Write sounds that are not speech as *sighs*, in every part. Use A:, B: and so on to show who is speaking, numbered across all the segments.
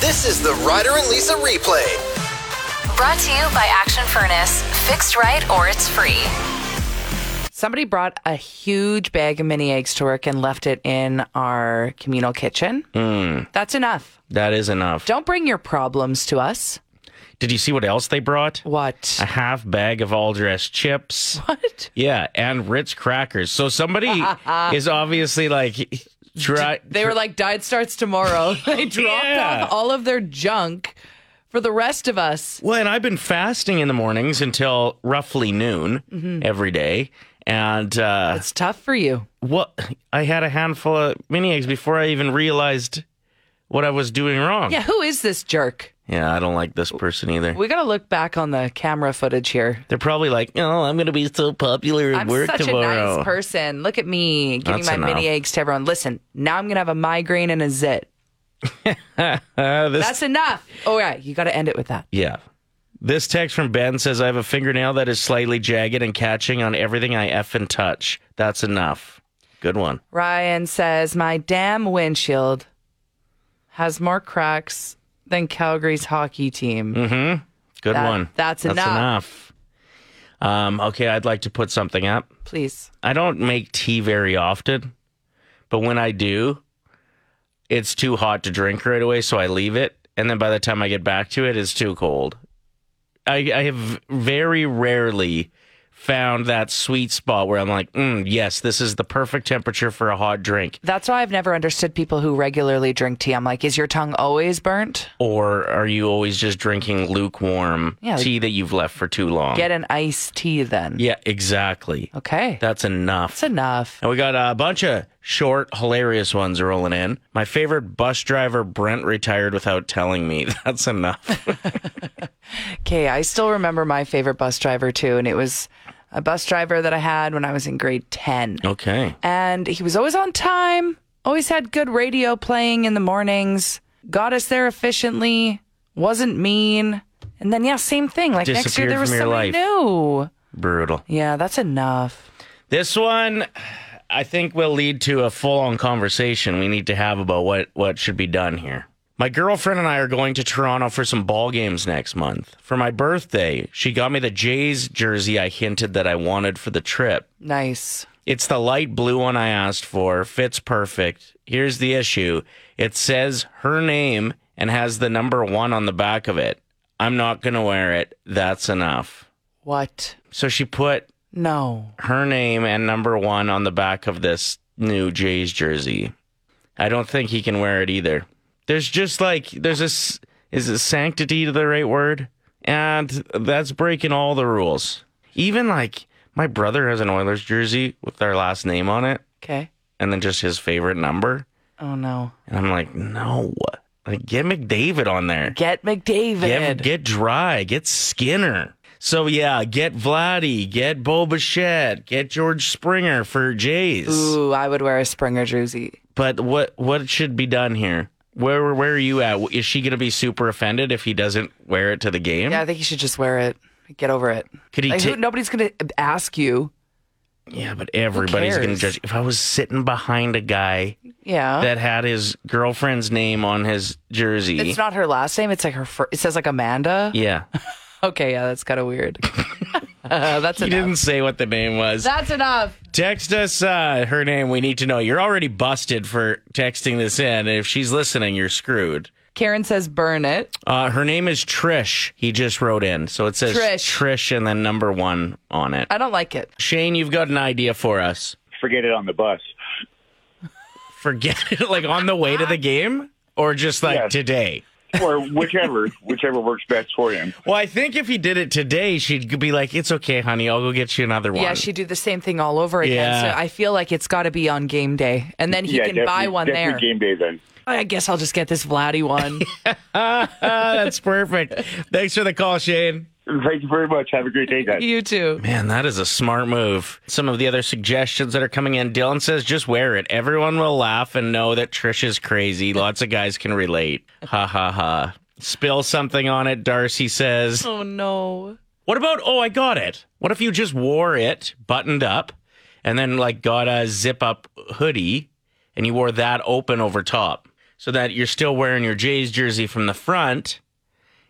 A: This is the Ryder and Lisa replay.
B: Brought to you by Action Furnace. Fixed right or it's free.
C: Somebody brought a huge bag of mini eggs to work and left it in our communal kitchen. That's enough.
D: That is enough.
C: Don't bring your problems to us.
D: Did you see what else they brought?
C: What? *laughs*
D: A half bag of all dressed chips.
C: What?
D: Yeah, and Ritz crackers. So somebody
C: *laughs*
D: is obviously like try.
C: They were like, diet starts tomorrow. *laughs* they dropped
D: Yeah.
C: off all of their junk for the rest of us.
D: Well, and I've been fasting in the mornings until roughly noon
C: Mm-hmm.
D: every day. And uh,
C: It's tough for you.
D: what I had a handful of mini eggs before I even realized what I was doing wrong.
C: Yeah, who is this jerk?
D: Yeah, I don't like this person either.
C: We got to look back on the camera footage here.
D: They're probably like, oh, I'm going to be so popular at
C: I'm
D: work
C: such
D: tomorrow.
C: a nice person. Look at me giving
D: That's
C: my mini
D: enough.
C: eggs to everyone. Listen, now I'm going to have a migraine and a
D: *laughs*
C: zit.
D: Uh, this
C: That's enough. Oh, yeah. You got to end it with that.
D: Yeah. This text from Ben says, I have a fingernail that is slightly jagged and catching on everything I effing touch. That's enough. Good one.
C: Ryan says, My damn windshield has more cracks than Calgary's hockey team.
D: Mm-hmm. Good
C: That-
D: one.
C: that's enough.
D: enough. Um, okay, I'd like to put something up.
C: Please.
D: I don't make tea very often, but when I do, it's too hot to drink right away, so I leave it. And then by the time I get back to it, it's too cold. I, I have very rarely found that sweet spot where I'm like, mm, yes, this is the perfect temperature for a hot drink.
C: That's why I've never understood people who regularly drink tea. I'm like, Is your tongue always burnt?
D: Or are you always just drinking lukewarm
C: Yeah, like-
D: tea that you've left for too long?
C: Get an iced tea then.
D: Um, yeah, exactly.
C: Okay.
D: That's enough.
C: That's enough.
D: And we got a bunch of short, hilarious ones rolling in. My favorite bus driver, Brent, retired without telling me. *laughs* That's enough.
C: Okay. I still remember my favorite bus driver too. And it was a bus driver that I had when I was in grade 10.
D: Okay.
C: and he was always on time, always had good radio playing in the mornings, got us there efficiently, wasn't mean. And then, yeah, same thing. Like next year,
D: Disappeared
C: there was
D: from your
C: somebody
D: life.
C: new.
D: Brutal.
C: Yeah, that's enough.
D: This one, I think, will lead to a full on conversation we need to have about what, what should be done here. My girlfriend and I are going to Toronto for some ball games next month. For my birthday, she got me the Jays jersey I hinted that I wanted for the trip.
C: Nice.
D: It's the light blue one I asked for. Fits perfect. Here's the issue it says her name and has the number one on the back of it. I'm not going to wear it. That's enough.
C: What?
D: So she put
C: No.
D: her name and number one on the back of this new Jays jersey. I don't think he can wear it either. There's just like, there's a, s- is it sanctity the right word? And that's breaking all the rules. Even like, my brother has an Oilers jersey with their last name on it
C: Okay.
D: and then just his favorite number.
C: Oh, no.
D: And I'm like, no, like get McDavid on there.
C: Get McDavid.
D: Get, get dry. Get Skinner. So yeah, get Vladdy. Get Bo Bichette. Get George Springer for Jays.
C: Ooh, I would wear a Springer jersey.
D: But what what should be done here? Where where are you at? Is she gonna be super offended if he doesn't wear it to the game?
C: Yeah, I think you should just wear it. Get over it.
D: Could he
C: Like, who-
D: ta-
C: nobody's going to ask you.
D: Yeah, but everybody's gonna
C: cares?
D: judge. If I was sitting behind a guy
C: Yeah.
D: that had his girlfriend's name on his jersey,
C: it's not her last name. It's like her first. It says like Amanda. *laughs*
D: yeah,
C: Okay, yeah, that's kind of
D: *laughs*
C: weird. *laughs* that's
D: he
C: enough.
D: didn't say what the name was.
C: That's enough.
D: Text us uh, her name. We need to know. You're already busted for texting this in. And if she's listening, you're screwed.
C: Karen says burn it.
D: Uh, her name is Trish. He just wrote in. So it says
C: Trish.
D: Trish and then number one on it.
C: I don't like it.
D: Shane, you've got an idea for us.
E: forget it on the bus.
D: Forget *laughs* it, like on the way to the game or just like
E: Yes.
D: today?
C: *laughs*
E: Or whichever, whichever works best for him.
D: Well, I think if he did it today, she'd be like, it's okay, honey. I'll go get you another one.
C: Yeah, she'd do the same thing all over again.
D: Yeah.
C: So I feel like it's got to be on game day, and then he
E: yeah,
C: can
E: definitely-
C: buy one
E: definitely
C: there.
E: game day then.
C: I guess I'll just get this Vladdy
D: *laughs*
C: one.
D: *laughs* Ah, that's perfect. Thanks for the call, Shane.
E: Thank you very much. Have a great day, guys.
C: you too.
D: Man, that is a smart move. Some of the other suggestions that are coming in Dylan says, just wear it. Everyone will laugh and know that Trish is crazy. Lots of guys can relate. Ha ha ha. Spill something on it, Darcy says.
C: Oh no.
D: What about, oh, I got it. What if you just wore it buttoned up and then like got a zip up hoodie and you wore that open over top? so that you're still wearing your Jays jersey from the front,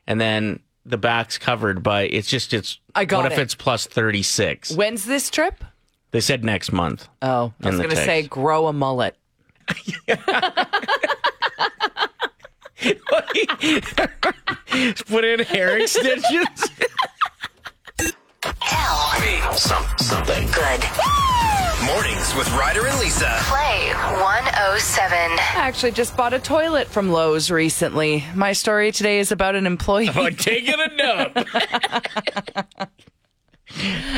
D: and then the back's covered by. It's just it's.
C: I got
D: What if
C: it.
D: it's plus thirty six?
C: When's this trip?
D: They said
C: *laughs*
D: next month.
C: Oh, I
D: In
C: was
D: the
C: going to say
D: text.
C: grow a mullet.
D: Put in hair *laughs* extensions.
A: Some, something.
B: Good.
A: Mornings with Ryder and Lisa.
B: Play 107.
C: I actually just bought a toilet from Lowe's recently. My story today is about an
D: *laughs*
C: employee.
D: I'm taking a nap.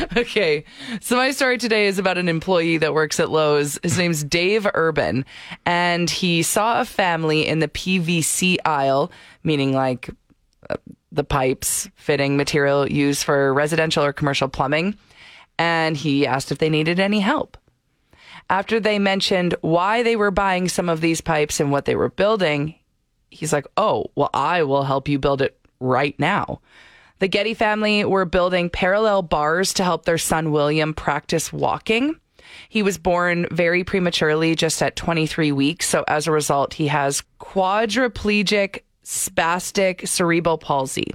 C: *laughs* okay. So my story today is about an employee that works at Lowe's. His name's Dave Urban, and he saw a family in the PVC aisle, meaning like uh, the pipes, fitting material used for residential or commercial plumbing, and he asked if they needed any help. After they mentioned why they were buying some of these pipes and what they were building, he's like, "Oh, well I will help you build it right now." The Getty family were building parallel bars to help their son William practice walking. He was born very prematurely, just at 23 weeks. So as a result, he has quadriplegic spastic cerebral palsy.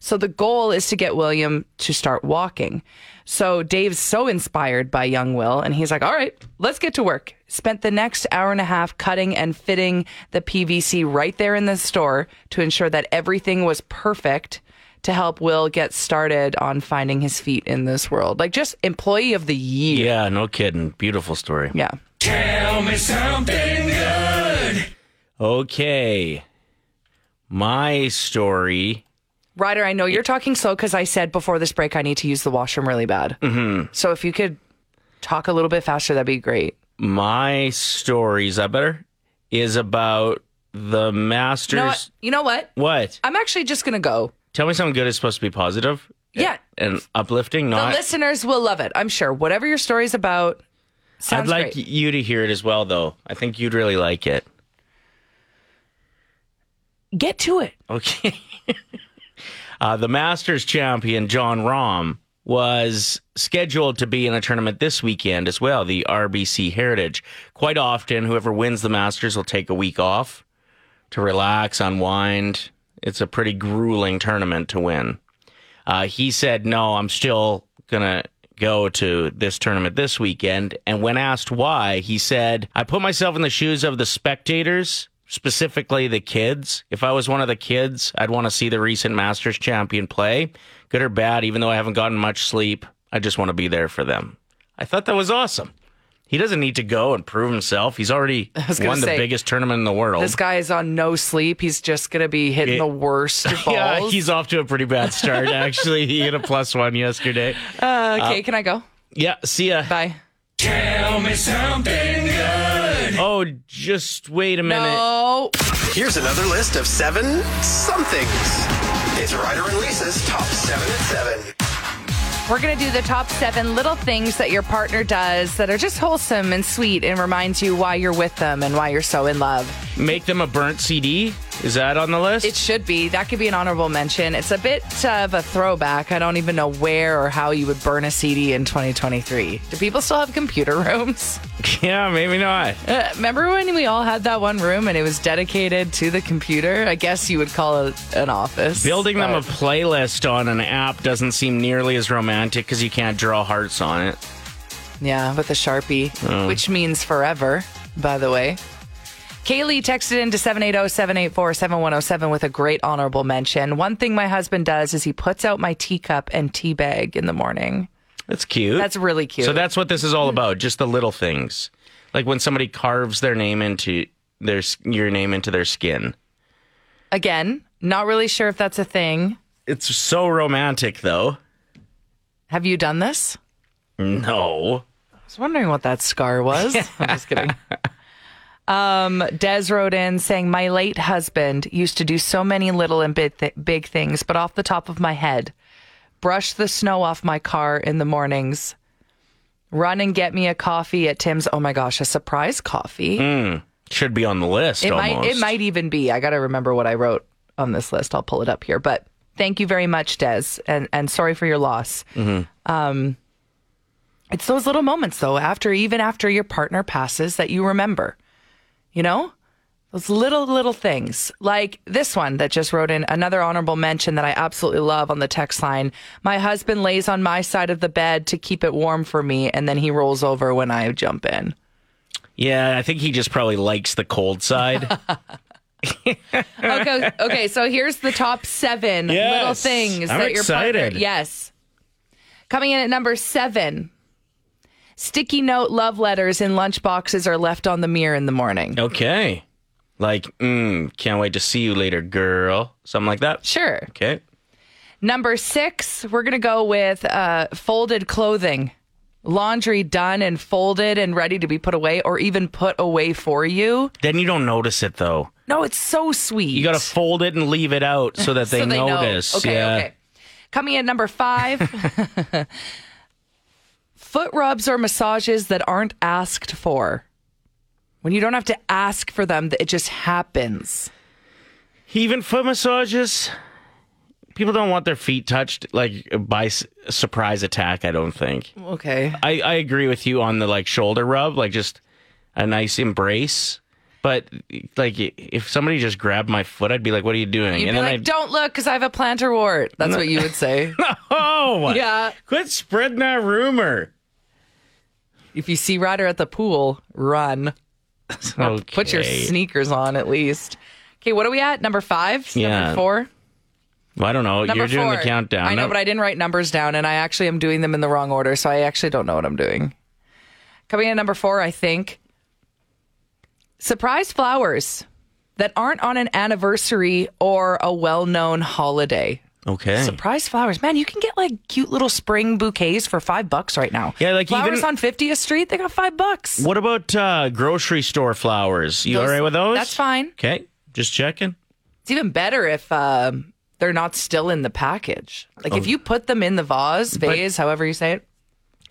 C: So the goal is to get William to start walking. So Dave's so inspired by young Will, and he's like, all right, let's get to work. Spent the next hour and a half cutting and fitting the PVC right there in the store to ensure that everything was perfect to help Will get started on finding his feet in this world. Like, just employee of the year.
D: yeah, no kidding. Beautiful story.
C: Yeah.
D: Okay. My story.
C: Ryder, I know you're talking slow because I said before this break I need to use the washroom really bad. Mm-hmm. So if you could talk a little bit faster, that'd be great.
D: My story. Is that better? Is about the masters.
C: You know what? You know what?
D: What?
C: I'm actually just going to go.
D: Tell me something good is supposed to be positive.
C: Yeah.
D: And uplifting,
C: The
D: not.
C: listeners will love it. I'm sure. Whatever your story's about, sounds
D: I'd like
C: great.
D: you to hear it as well, though. I think you'd really like it.
C: Get to it.
D: Okay. *laughs* uh, the Masters champion, John Rahm, was scheduled to be in a tournament this weekend as well, the RBC Heritage. Quite often, whoever wins the Masters will take a week off to relax, unwind. It's a pretty grueling tournament to win. Uh, he said, No, I'm still going to go to this tournament this weekend. And when asked why, he said, I put myself in the shoes of the spectators, specifically the kids. If I was one of the kids, I'd want to see the recent Masters champion play, good or bad, even though I haven't gotten much sleep. I just want to be there for them. I thought that was awesome. He doesn't need to go and prove himself. He's already
C: was gonna
D: won the
C: say,
D: biggest tournament in the world.
C: This guy is on no sleep. He's just going to be hitting the worst balls.
D: *laughs* Yeah, he's off to a pretty
C: *laughs*
D: bad start, actually. he hit a plus one yesterday.
C: okay, can I go?
D: Yeah, see ya.
C: Bye.
D: Oh, just wait a minute.
C: No.
A: Here's another list of seven somethings. It's Ryder and Lisa's top seven at seven.
C: We're going to do the top seven little things that your partner does that are just wholesome and sweet and reminds you why you're with them and why you're so in love.
D: Make them a burnt CD. Is that on the list?
C: It should be. That could be an honorable mention. It's a bit of a throwback. I don't even know where or how you would burn a CD in 2023. Do people still have computer *laughs* rooms?
D: *laughs* yeah, maybe not.
C: Uh, remember when we all had that one room and it was dedicated to the computer? I guess you would call it an office.
D: Building them a
C: but-
D: playlist on an app doesn't seem nearly as romantic because you can't draw hearts on it.
C: Yeah, with a Sharpie,
D: Oh.
C: which means forever, by the way. Kaylee texted in to oh, 780 784 7107 with a great honorable mention. One thing my husband does is he puts out my teacup and tea bag in the morning.
D: That's cute.
C: That's really cute.
D: So that's what this is all about. Just the little things, like when somebody carves their name into their s- your name into their skin.
C: Again, not really sure if that's a thing.
D: It's so romantic, though.
C: Have you done this?
D: No.
C: I was wondering what that scar was. I'm just kidding. Um, Des wrote in saying, My late husband used to do so many little and big, th- big things, but off the top of my head, brush the snow off my car in the mornings, run and get me a coffee at Tim's. Oh my gosh, a surprise coffee.
D: Should be on the list.
C: It
D: almost.
C: might it might even be. I got to remember what I wrote on this list. I'll pull it up here. But thank you very much, Des, and and sorry for your loss. Um,
D: Mm-hmm.
C: it's those little moments though, after even after your partner passes, that you remember. You know, Those little, little things like this one that just wrote in another honorable mention that I absolutely love on the text line. My husband lays on my side of the bed to keep it warm for me, and then he rolls over when I jump in.
D: Yeah, I think he just probably likes the
C: *laughs*
D: cold side.
C: Okay, okay. So here's the top seven
D: Yes.
C: little things
D: I'm
C: that your
D: excited.
C: partner. Yes. Coming in at number seven, sticky note love letters in lunch boxes are left on the mirror in the morning.
D: okay. Like, mm, can't wait to see you later, girl. Something like that.
C: Sure.
D: Okay.
C: Number six, we're gonna go with uh, folded clothing, laundry done and folded and ready to be put away, or even put away for you.
D: Then you don't notice it though.
C: No, it's so sweet.
D: You got to fold it and leave it out so that
C: *laughs*
D: they,
C: so they
D: notice.
C: Know. Okay,
D: yeah.
C: okay. Coming in number five. *laughs* Foot rubs or massages that aren't asked for. When you don't have to ask for them, it just happens.
D: Even foot massages, people don't want their feet touched like by s- surprise attack. I don't think.
C: Okay.
D: I, I agree with you on the like shoulder rub, like just a nice embrace. But like if somebody just grabbed my foot, I'd be like, "What are you doing?"
C: You'd be like,
D: I'd,
C: don't look because I have a plantar wart. That's what you would
D: *laughs*
C: say.
D: oh
C: *laughs* Yeah.
D: quit spreading that rumor.
C: if you see Ryder at the pool, run.
D: Okay.
C: Put your sneakers on at least. Okay, what are we at? Number five?
D: Yeah.
C: Number four?
D: Well, I don't know.
C: Number
D: You're doing the
C: four.
D: countdown.
C: I know,
D: No-
C: but I didn't write numbers down, and I actually am doing them in the wrong order, so I actually don't know what I'm doing. Coming in at number four, I think. Surprise flowers that aren't on an anniversary or a well known holiday.
D: okay.
C: Surprise flowers. Man, you can get like cute little spring bouquets for five bucks right now.
D: Yeah, like
C: flowers
D: even-
C: on 50th Street, they got five bucks.
D: What about uh, grocery store flowers? You all
C: Those-
D: right with those?
C: that's fine.
D: Okay, just checking.
C: It's even better if um, they're not still in the package. Like
D: Oh.
C: if you put them in the vase, vase, however you say it.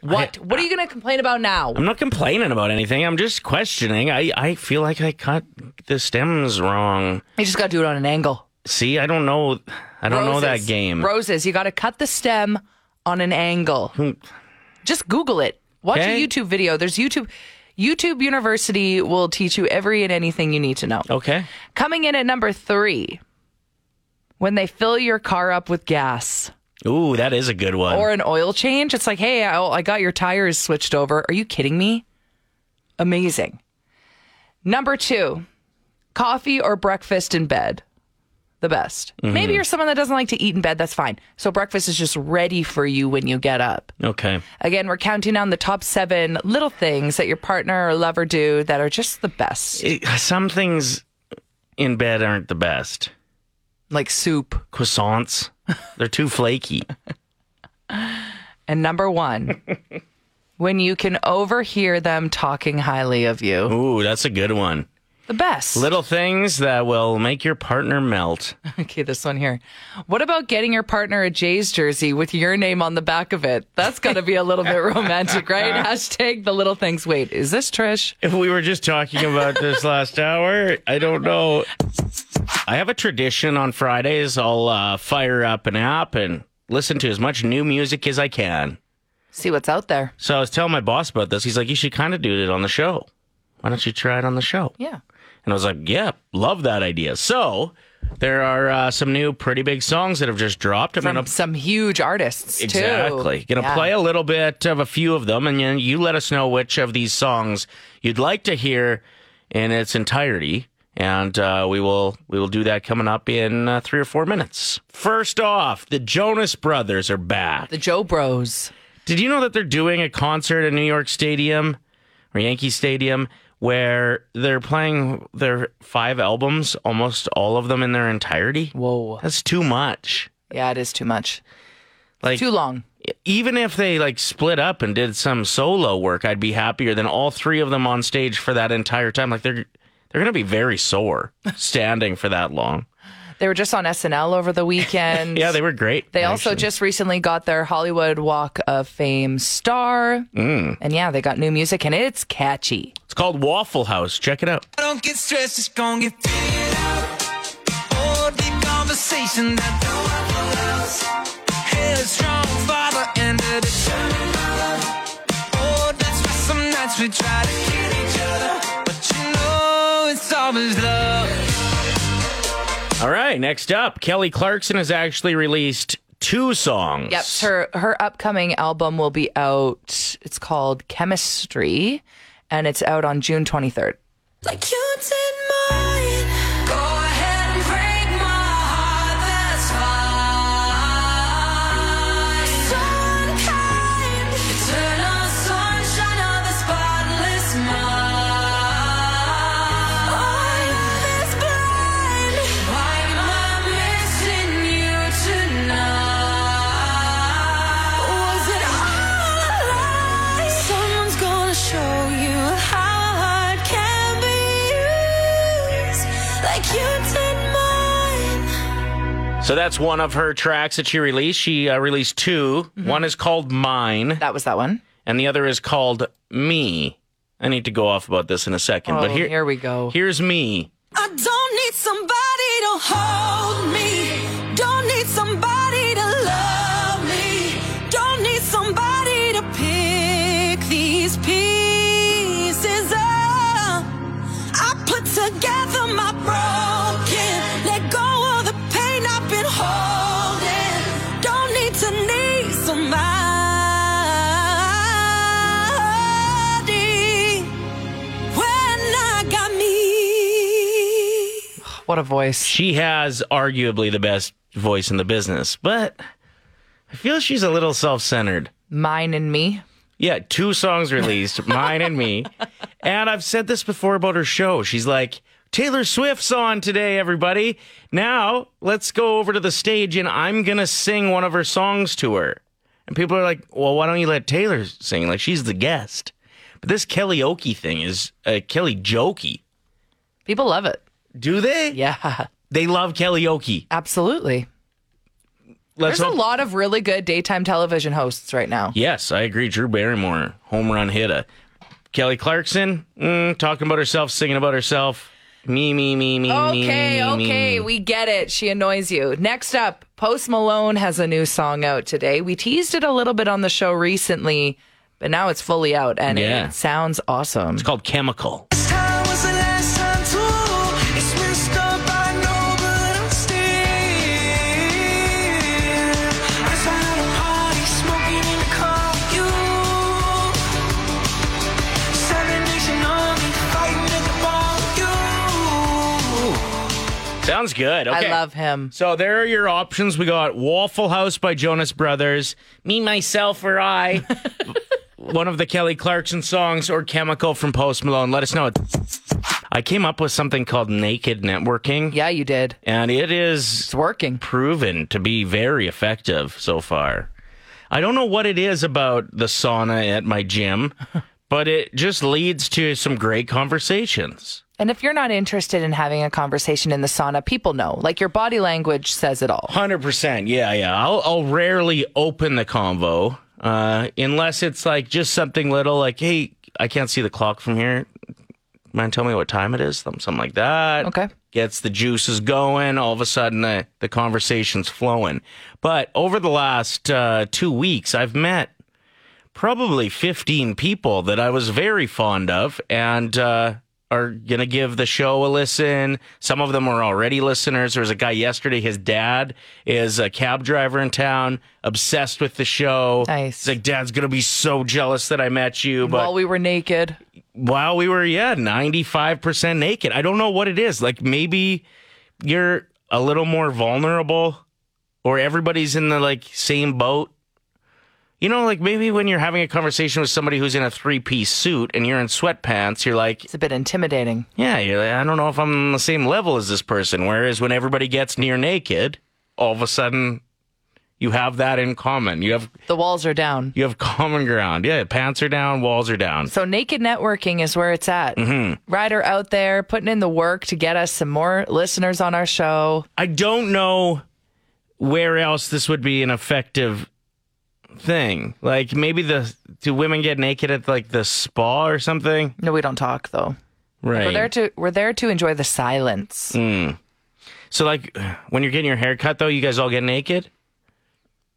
C: What? what are you going to complain about now?
D: I'm not complaining about anything. I'm just questioning. I, I feel like I cut the stems wrong.
C: You just got to do it on an angle.
D: See, I don't know. I don't know that
C: Roses.
D: game.
C: Roses, you got to cut the stem on an angle. Just Google it. Watch
D: Okay.
C: a YouTube video. There's YouTube. YouTube University will teach you every and anything you need to know.
D: okay.
C: Coming in at number three, when they fill your car up with gas.
D: Ooh, that is a good one.
C: or an oil change. It's like, hey, I, I got your tires switched over. Are you kidding me? Amazing. Number two, coffee or breakfast in bed. The best. Maybe you're someone that doesn't like to eat in bed. That's fine. So breakfast is just ready for you when you get up.
D: okay.
C: Again, we're counting down the top seven little things that your partner or lover do that are just the best,
D: It- some things in bed aren't the best.
C: like soup.
D: Croissants, they're too flaky.
C: And number one, when you can overhear them talking highly of you.
D: Ooh, that's a good one.
C: The best.
D: Little things that will make your partner melt.
C: Okay, this one here. What about getting your partner a Jays jersey with your name on the back of it? That's got to be a little bit romantic,
D: *laughs*
C: right? Hashtag the little things. Wait, is this Trish?
D: If we were just talking about *laughs* this last hour, I don't know. I have a tradition on Fridays. I'll uh, fire up an app and listen to as much new music as I can.
C: See what's out there.
D: So I was telling my boss about this. He's like, "You should kind of do it on the show. Why don't you try it on the show?"
C: Yeah.
D: And I was like, "Yeah, love that idea." So there are uh, some new pretty big songs that have just dropped. I'm
C: From
D: gonna
C: some huge artists, too.
D: Exactly. Gonna
C: Yeah.
D: play a little bit of a few of them, and then you let us know which of these songs you'd like to hear in its entirety, and uh, we will we will do that coming up in uh, three or four minutes. First off, the Jonas Brothers are back.
C: The Joe Bros.
D: Did you know that they're doing a concert in New York Stadium or Yankee Stadium where they're playing their five albums, almost all of them in their entirety?
C: Whoa.
D: That's too much.
C: Yeah, it is too much.
D: Like
C: Too long.
D: even if they like split up and did some solo work, I'd be happier than all three of them on stage for that entire time. Like they're they're gonna be very sore standing for that long.
C: They were just on SNL over the weekend.
D: *laughs* Yeah, they were great.
C: They also
D: actually.
C: just recently got their Hollywood Walk of Fame star. Mm. And yeah, they got new music and it's catchy.
D: it's called Waffle House. Check it out.
F: I don't get stressed, it's gonna get figured out. All the conversation that the world allows. Headstrong father and a determined mother. Oh, that's why some nights we try to kill each other. But you know it's always love.
D: All right, next up, Kelly Clarkson has actually released two songs.
C: Yep. Her her upcoming album will be out. It's called Chemistry, and it's out on June 23rd.
G: Like you did mine. Go ahead and break my heart, that's fine. So unkind. Eternal sunshine of the spotless mind. Oh, I'm this blind. Why am I missing you tonight? Was it all a lie? Someone's gonna show you how hard can be used, like you did mine.
D: So that's one of her tracks that she released. She uh, released 2 One is called Mine,
C: Mm-hmm. That was that one.
D: and the other is called Me. I need to go off about this in a second, but
C: Oh,
D: here,
C: here we go.
D: Here's me.
G: I don't need somebody to hold me. Don't need somebody to love me. Don't need somebody to pick these pieces up. I put together my broken. Let go of the pain I've been holding. Don't need to need somebody when I got me.
C: What a voice.
D: She has arguably the best voice in the business, but I feel she's a little self centered.
C: Mine and me.
D: Yeah, two songs
C: *laughs*
D: released, mine and me. And I've said this before about her show. She's like, Taylor Swift's on today, everybody. Now let's go over to the stage and I'm going to sing one of her songs to her. And people are like, well, why don't you let Taylor sing? Like, she's the guest. But this Kelly Oki thing is uh, Kelly Jokey.
C: People love it.
D: Do they?
C: Yeah, *laughs*
D: They love Kelly Oki.
C: absolutely.
D: Let's
C: There's a
D: hope-
C: lot of really good daytime television hosts right now.
D: Yes, I agree. Drew Barrymore, home run hitter. Kelly Clarkson, mm, talking about herself, singing about herself. Me, me, me, me, me,
C: Okay,
D: me, me,
C: okay,
D: me.
C: we get it. She annoys you. Next up, Post Malone has a new song out today. We teased it a little bit on the show recently, but now it's fully out and
D: Yeah.
C: it sounds awesome.
D: It's called Chemical. Sounds good. Okay.
C: I love him.
D: So there are your options. We got Waffle House by Jonas Brothers, Me, Myself, or I, *laughs* one of the Kelly Clarkson songs, or Chemical from Post Malone. Let us know. I came up with something called naked networking,
C: Yeah, you did.
D: and it is
C: It's working.
D: proven to be very effective so far. I don't know what it is about the sauna at my *laughs* gym, but it just leads to some great conversations.
C: And if you're not interested in having a conversation in the sauna, people know. Like your body language says it all.
D: Hundred percent, yeah, yeah. I'll I'll rarely open the convo uh, unless it's like just something little, like hey, I can't see the clock from here. Mind tell me what time it is? Something like that.
C: Okay.
D: gets the juices going. All of a sudden, uh, the conversation's flowing. But over the last uh, two weeks, I've met probably 15 people that I was very fond of and uh, are going to give the show a listen. Some of them are already listeners. There was a guy yesterday, his dad is a cab driver in town, obsessed with the show.
C: Nice.
D: He's like, Dad's going to be so jealous that I met you. But
C: While we were naked,
D: while we were yeah 95% naked i don't know what it is like maybe you're a little more vulnerable or everybody's in the like same boat you know like maybe when you're having a conversation with somebody who's in a three-piece suit and you're in sweatpants you're like
C: it's a bit intimidating.
D: yeah you're like, i don't know if i'm on the same level as this person whereas when everybody gets near naked all of a sudden you have that in common you have
C: The walls are down.
D: you have common ground yeah pants are down walls are down
C: So naked networking is where it's at.
D: Mm-hmm.
C: Ryder out there putting in the work to get us some more listeners on our show.
D: I don't know where else this would be an effective thing. Like maybe the do women get naked at like the spa or something?
C: No, we don't talk though. We're there
D: Right.
C: to we're there to enjoy the silence.
D: Mm. so like when you're getting your hair cut though, you guys all get naked?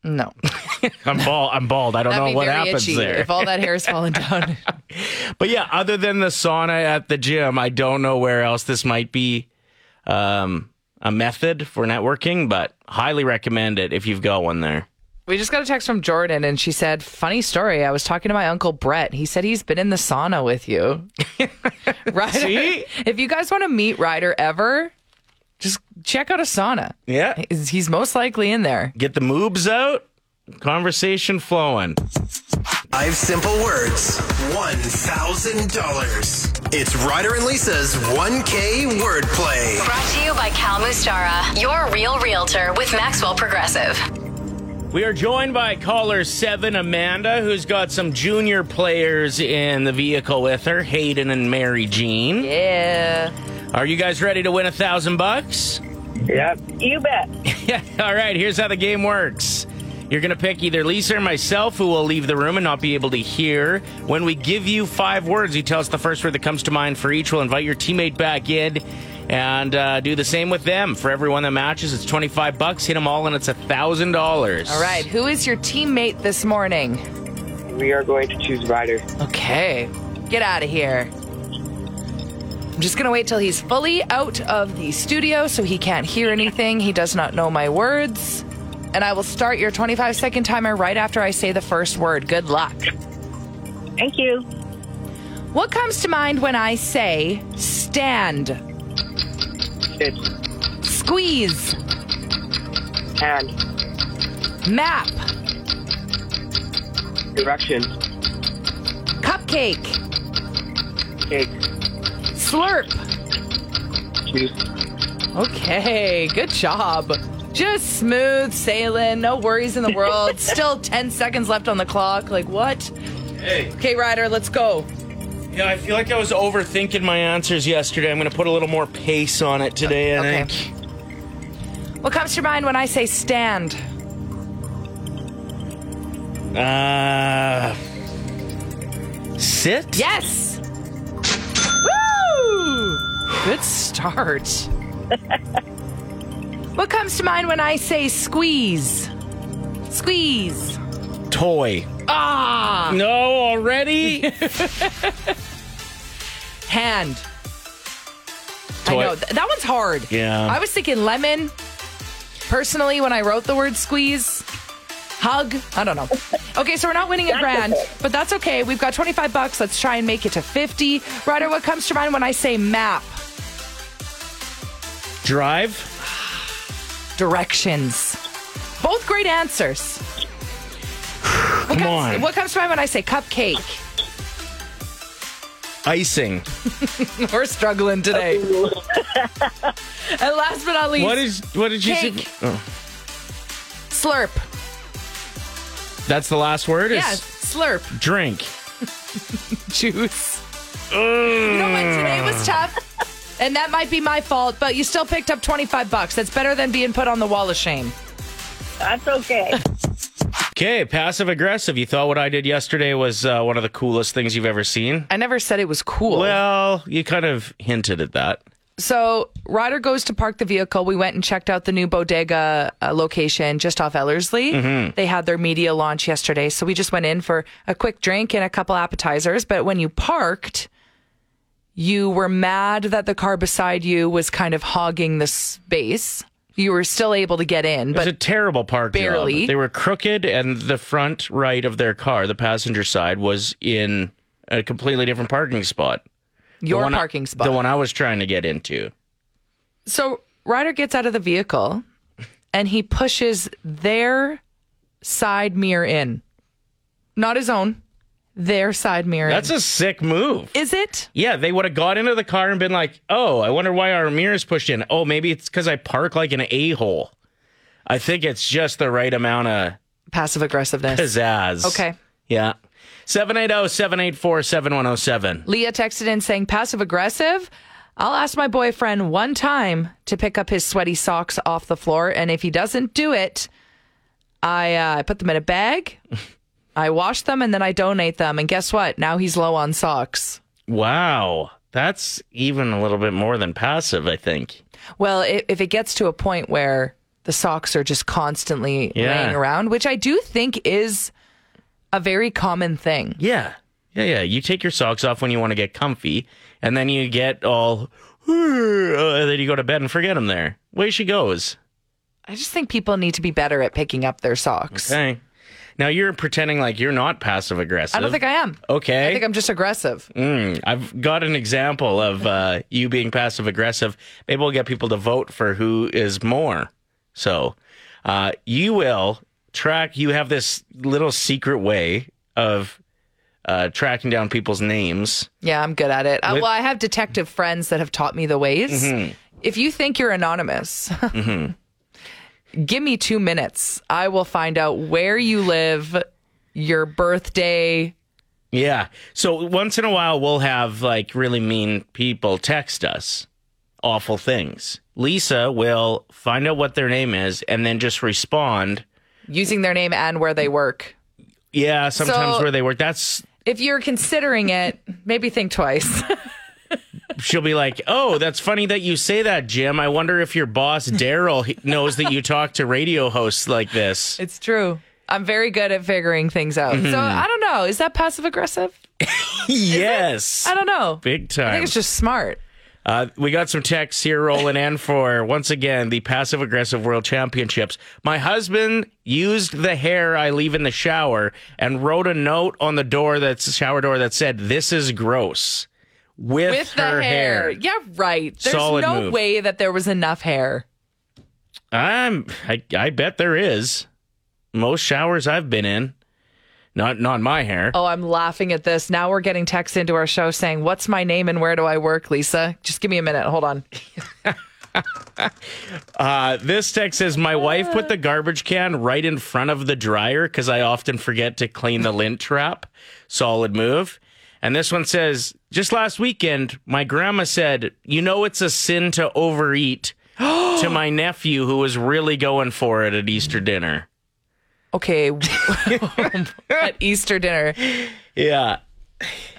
C: No,
D: I'm bald. I'm bald. I don't
C: that'd
D: know
C: be
D: what
C: very
D: happens
C: itchy
D: there.
C: if all that hair's
D: *laughs*
C: falling down.
D: But yeah, other than the sauna at the gym, I don't know where else this might be um, a method for networking, but highly recommend it if you've got one there.
C: We just got a text from Jordan and she said, Funny story. I was talking to my uncle Brett. He said he's been in the sauna with
D: *laughs*
C: you. Ryder.
D: See?
C: If you guys want to meet Ryder ever, just check out a sauna.
D: Yeah.
C: He's, he's most likely in there.
D: Get the moobs out, conversation flowing.
A: Five simple words, $1,000. It's Ryder and Lisa's 1K wordplay.
B: Brought to you by Cal Mustara, your real realtor with Maxwell Progressive.
D: We are joined by caller seven, Amanda, who's got some junior players in the vehicle with her, Hayden and Mary Jean.
C: Yeah.
D: Are you guys ready to win a thousand bucks?
E: Yep.
H: You bet.
D: *laughs* Yeah. All right, here's how the game works. You're going to pick either Lisa or myself, who will leave the room and not be able to hear. When we give you five words, you tell us the first word that comes to mind for each. We'll invite your teammate back in and uh, do the same with them. For everyone that matches, it's 25 bucks. Hit them all, and it's a $1,000.
C: All right. Who is your teammate this morning?
I: We are going to choose Ryder.
C: Okay. Get out of here. I'm just going to wait till he's fully out of the studio so he can't hear anything. He does not know my words. And I will start your 25 second timer right after I say the first word. Good luck.
H: Thank you.
C: What comes to mind when I say stand,
I: Sit.
C: squeeze,
I: Hand.
C: map,
I: Direction.
C: cupcake,
I: Cake.
C: slurp?
I: Juice.
C: Okay, good job. Just smooth sailing, no worries in the *laughs* world. Still 10 seconds left on the clock. Like, what?
D: Hey,
C: Okay, Ryder, let's go.
D: yeah, I feel like I was overthinking my answers yesterday. I'm going to put a little more pace on it today, I
C: Okay.
D: think.
C: What comes to mind when I say stand?
D: Uh, sit?
C: Yes! Woo! Good *laughs* start. what comes to mind when I say squeeze? Squeeze.
D: Toy.
C: Ah!
D: No, already?
C: *laughs* Hand.
D: Toy.
C: I know. Th- that one's hard.
D: Yeah.
C: I was thinking lemon. Personally, when I wrote the word squeeze, hug. I don't know. Okay, so we're not winning a grand, but that's okay. We've got 25 bucks. Let's try and make it to 50. Ryder, what comes to mind when I say map?
D: Drive?
C: Directions. Both great
D: *sighs*
C: answers. What
D: Come
C: comes,
D: on.
C: What comes to mind when I say cupcake? *laughs*
D: Icing.
C: We're struggling today. *laughs* and last but not least,
D: What is what did you
C: Cake.
D: say? Oh,
C: slurp.
D: that's the last word?
C: Yeah,
D: Is
C: slurp.
D: drink.
C: juice. Hmm. You know what? Today was tough, and that might be my fault, but you still picked up 25 bucks. That's better than being put on the wall of shame.
H: That's okay.
D: Okay, passive aggressive. You thought what I did yesterday was uh, one of the coolest things you've ever seen?
C: I never said it was cool.
D: Well, you kind of hinted at that.
C: so Ryder goes to park the vehicle. We went and checked out the new bodega uh, location just off Ellerslie.
D: Mm-hmm.
C: They had their media launch yesterday, so we just went in for a quick drink and a couple appetizers. But when you parked, you were mad that the car beside you was kind of hogging the space. You were still able to get in,
D: It
C: but
D: was a terrible park job.
C: Barely.
D: They were crooked, and the front right of their car, the passenger side, was in a completely different parking spot. The
C: your
D: one I-
C: parking spot.
D: The one I was trying to get into.
C: So Ryder gets out of the vehicle and he pushes their side mirror in. Not his own, their side mirror. in.
D: That's a sick move.
C: Is it?
D: Yeah, they would have got into the car and been like, "Oh, I wonder why our mirror's pushed in. Oh, maybe it's because I park like an a hole. I think it's just the right amount of
C: Passive aggressiveness.
D: pizzazz."
C: Okay.
D: Yeah. 780-784-7107.
C: Leah texted in saying, passive aggressive. I'll ask my boyfriend one time to pick up his sweaty socks off the floor. And if he doesn't do it, I, uh, I put them in a bag, I wash them, and then I donate them. And guess what? Now he's low on socks.
D: Wow. That's even a little bit more than passive, I think.
C: Well, i if it gets to a point where the socks are just constantly
D: Yeah.
C: laying around, which I do think is a very common thing.
D: Yeah. Yeah, yeah. You take your socks off when you want to get comfy, and then you get all and then you go to bed and forget them there. Way she goes.
C: I just think people need to be better at picking up their socks.
D: Okay. Now you're pretending like you're not passive aggressive.
C: I don't think I am.
D: Okay.
C: I think I'm just aggressive.
D: Mm, I've got an example of uh, you being passive aggressive. Maybe we'll get people to vote for who is more. So uh, you will track, you have this little secret way of uh, tracking down people's names.
C: Yeah, I'm good at it. Uh,
D: With- Mm-hmm.
C: well, I have detective friends that have taught me the ways. If you think you're anonymous, *laughs*
D: Mm-hmm.
C: give me two minutes. I will find out where you live, your birthday.
D: Yeah. So once in a while, we'll have like really mean people text us awful things. Lisa will find out what their name is and then just respond.
C: Using their name and where they work.
D: Yeah, sometimes
C: So-
D: where they work. That's
C: If you're considering it, maybe think twice. *laughs*
D: she'll be like, "Oh, that's funny that you say that, Jim. I wonder if your boss Daryl he- knows that you talk to radio hosts like this."
C: it's true. I'm very good at figuring things out.
D: Mm-hmm.
C: So I don't know. Is that passive aggressive?
D: yes,
C: I don't know.
D: big
C: I
D: time.
C: think it's just smart.
D: uh, we got some texts here rolling in for once again the passive aggressive world championships. My husband used the hair I leave in the shower and wrote a note on the door that's shower door that said, "This is gross." With,
C: With the
D: her
C: hair. Yeah, right. There's
D: Solid
C: no
D: move.
C: way that there was enough hair.
D: I'm I, I bet there is. Most showers I've been in. Not not my hair.
C: Oh, I'm laughing at this. Now we're getting texts into our show saying, What's my name and where do I work, Lisa? Just give me a minute. Hold on.
D: Uh, this text says my wife put the garbage can right in front of the dryer because I often forget to clean the lint trap. Solid move. And this one says, just last weekend, my grandma said, you know, it's a sin to overeat to my nephew who was really going for it at Easter dinner.
C: Okay. *laughs* at Easter dinner,
D: Yeah.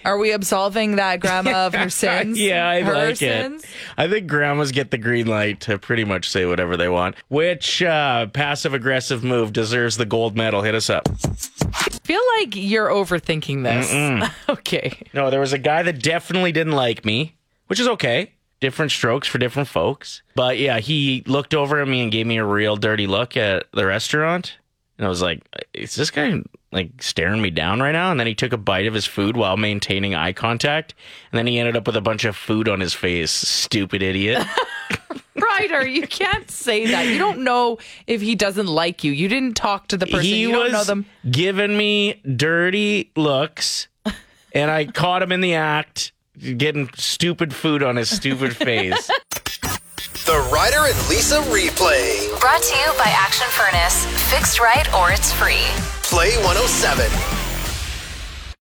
C: are we absolving that grandma of her
D: *laughs*
C: sins?
D: Yeah, I
C: her
D: like
C: sins?
D: it. I think grandmas get the green light to pretty much say whatever they want. Which uh, passive aggressive move deserves the gold medal? Hit us up.
C: feel like you're overthinking this. *laughs* okay.
D: No, there was a guy that definitely didn't like me, which is okay. Different strokes for different folks. But yeah, he looked over at me and gave me a real dirty look at the restaurant. And I was like, is this guy like staring me down right now? And then he took a bite of his food while maintaining eye contact. And then he ended up with a bunch of food on his face. Stupid idiot.
C: Ryder, you can't say that. You don't know if he doesn't like you. You didn't talk to the *laughs* person.
D: he
C: you
D: was
C: don't know them.
D: giving me dirty looks, and I caught him in the act getting stupid food on his
C: *laughs*
D: stupid face.
A: The Ryder and Lisa replay.
B: Brought to you by Action Furnace. Fixed right or it's free.
A: oh Play 107.